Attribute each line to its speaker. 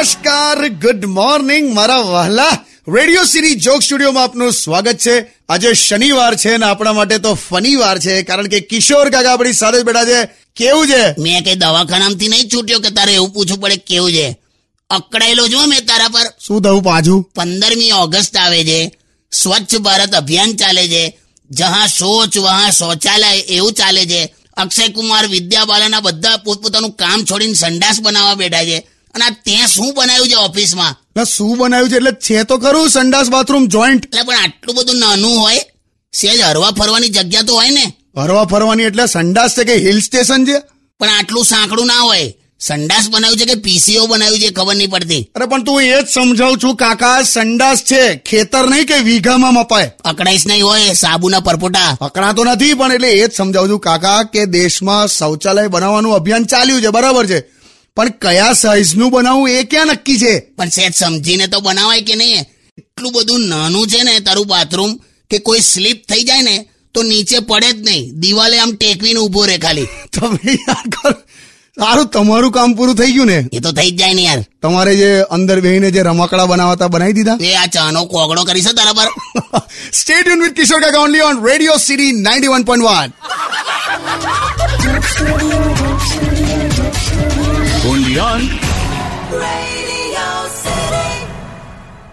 Speaker 1: નમસ્કાર good morning મારા વહલા રેડિયો સિટી જોક સ્ટુડિયોમાં આપનું સ્વાગત છે આજે શનિવાર છે અને આપણા માટે તો ફની વાર છે કારણ કે કિશોર કાકા આપણી સાથે જ બેઠા છે કેવું છે
Speaker 2: મેં કઈ દવાખાનામાંથી નહીં છૂટ્યો કે તારે એવું પૂછવું પડે કે કેવું છે અકળાયેલો છું હો મેં તારા પર
Speaker 1: શું થયું પાછું
Speaker 2: પંદરમી ઓગસ્ટ આવે છે સ્વચ્છ ભારત અભિયાન ચાલે છે જહાં શૌચ વહાં શૌચાલય એવું ચાલે છે અક્ષય કુમાર વિદ્યા બાલાના બધા પોતપોતાનું કામ છોડીને સંડાસ બનાવવા બેઠા છે અને આ તે શું બનાવ્યું છે ઓફિસમાં
Speaker 1: ના શું બનાવ્યું છે એટલે છે તો ખરું સંડાસ બાથરૂમ જોઈન્ટ
Speaker 2: એટલે પણ આટલું બધું નાનું હોય સેજ હરવા ફરવાની જગ્યા તો હોય ને
Speaker 1: હરવા ફરવાની એટલે સંડાસ છે કે હિલ સ્ટેશન છે
Speaker 2: પણ આટલું સાંકડું ના હોય સંડાસ બનાવ્યું છે કે પીસીઓ બનાવ્યું છે ખબર નહીં પડતી
Speaker 1: અરે પણ તું એ જ સમજાવું છું કાકા સંડાસ છે ખેતર નહીં કે વીઘામાં મપાય
Speaker 2: અકળાઈશ નહીં હોય સાબુના પરપોટા
Speaker 1: પકડાતો નથી પણ એટલે એ જ સમજાવું છું કાકા કે દેશમાં શૌચાલય બનાવવાનું અભિયાન ચાલ્યું છે બરાબર છે પણ કયા સાઇઝનું બનાવવું એ ક્યાં નક્કી છે
Speaker 2: પણ સેજ સમજીને તો બનાવાય કે નહીં એટલું બધું નાનું છે ને તારું બાથરૂમ કે કોઈ સ્લીપ થઈ જાય ને તો નીચે પડે જ નહીં દિવાલે આમ ટેકવીને ઊભો રહે ખાલી
Speaker 1: તમે યાર કરો. સારું તમારું કામ પૂરું થઈ ગયું ને
Speaker 2: એ તો થઈ જ જાય ને યાર
Speaker 1: તમારે જે અંદર બેહીને જે રમકડા બનાવતા બનાવી દીધા
Speaker 2: એ આ ચાનો કોગળો કરીશ હો તારા પર
Speaker 1: સ્ટેટ યુન વિથ કિશોર કાકા only on radio city ninety one point one
Speaker 3: only on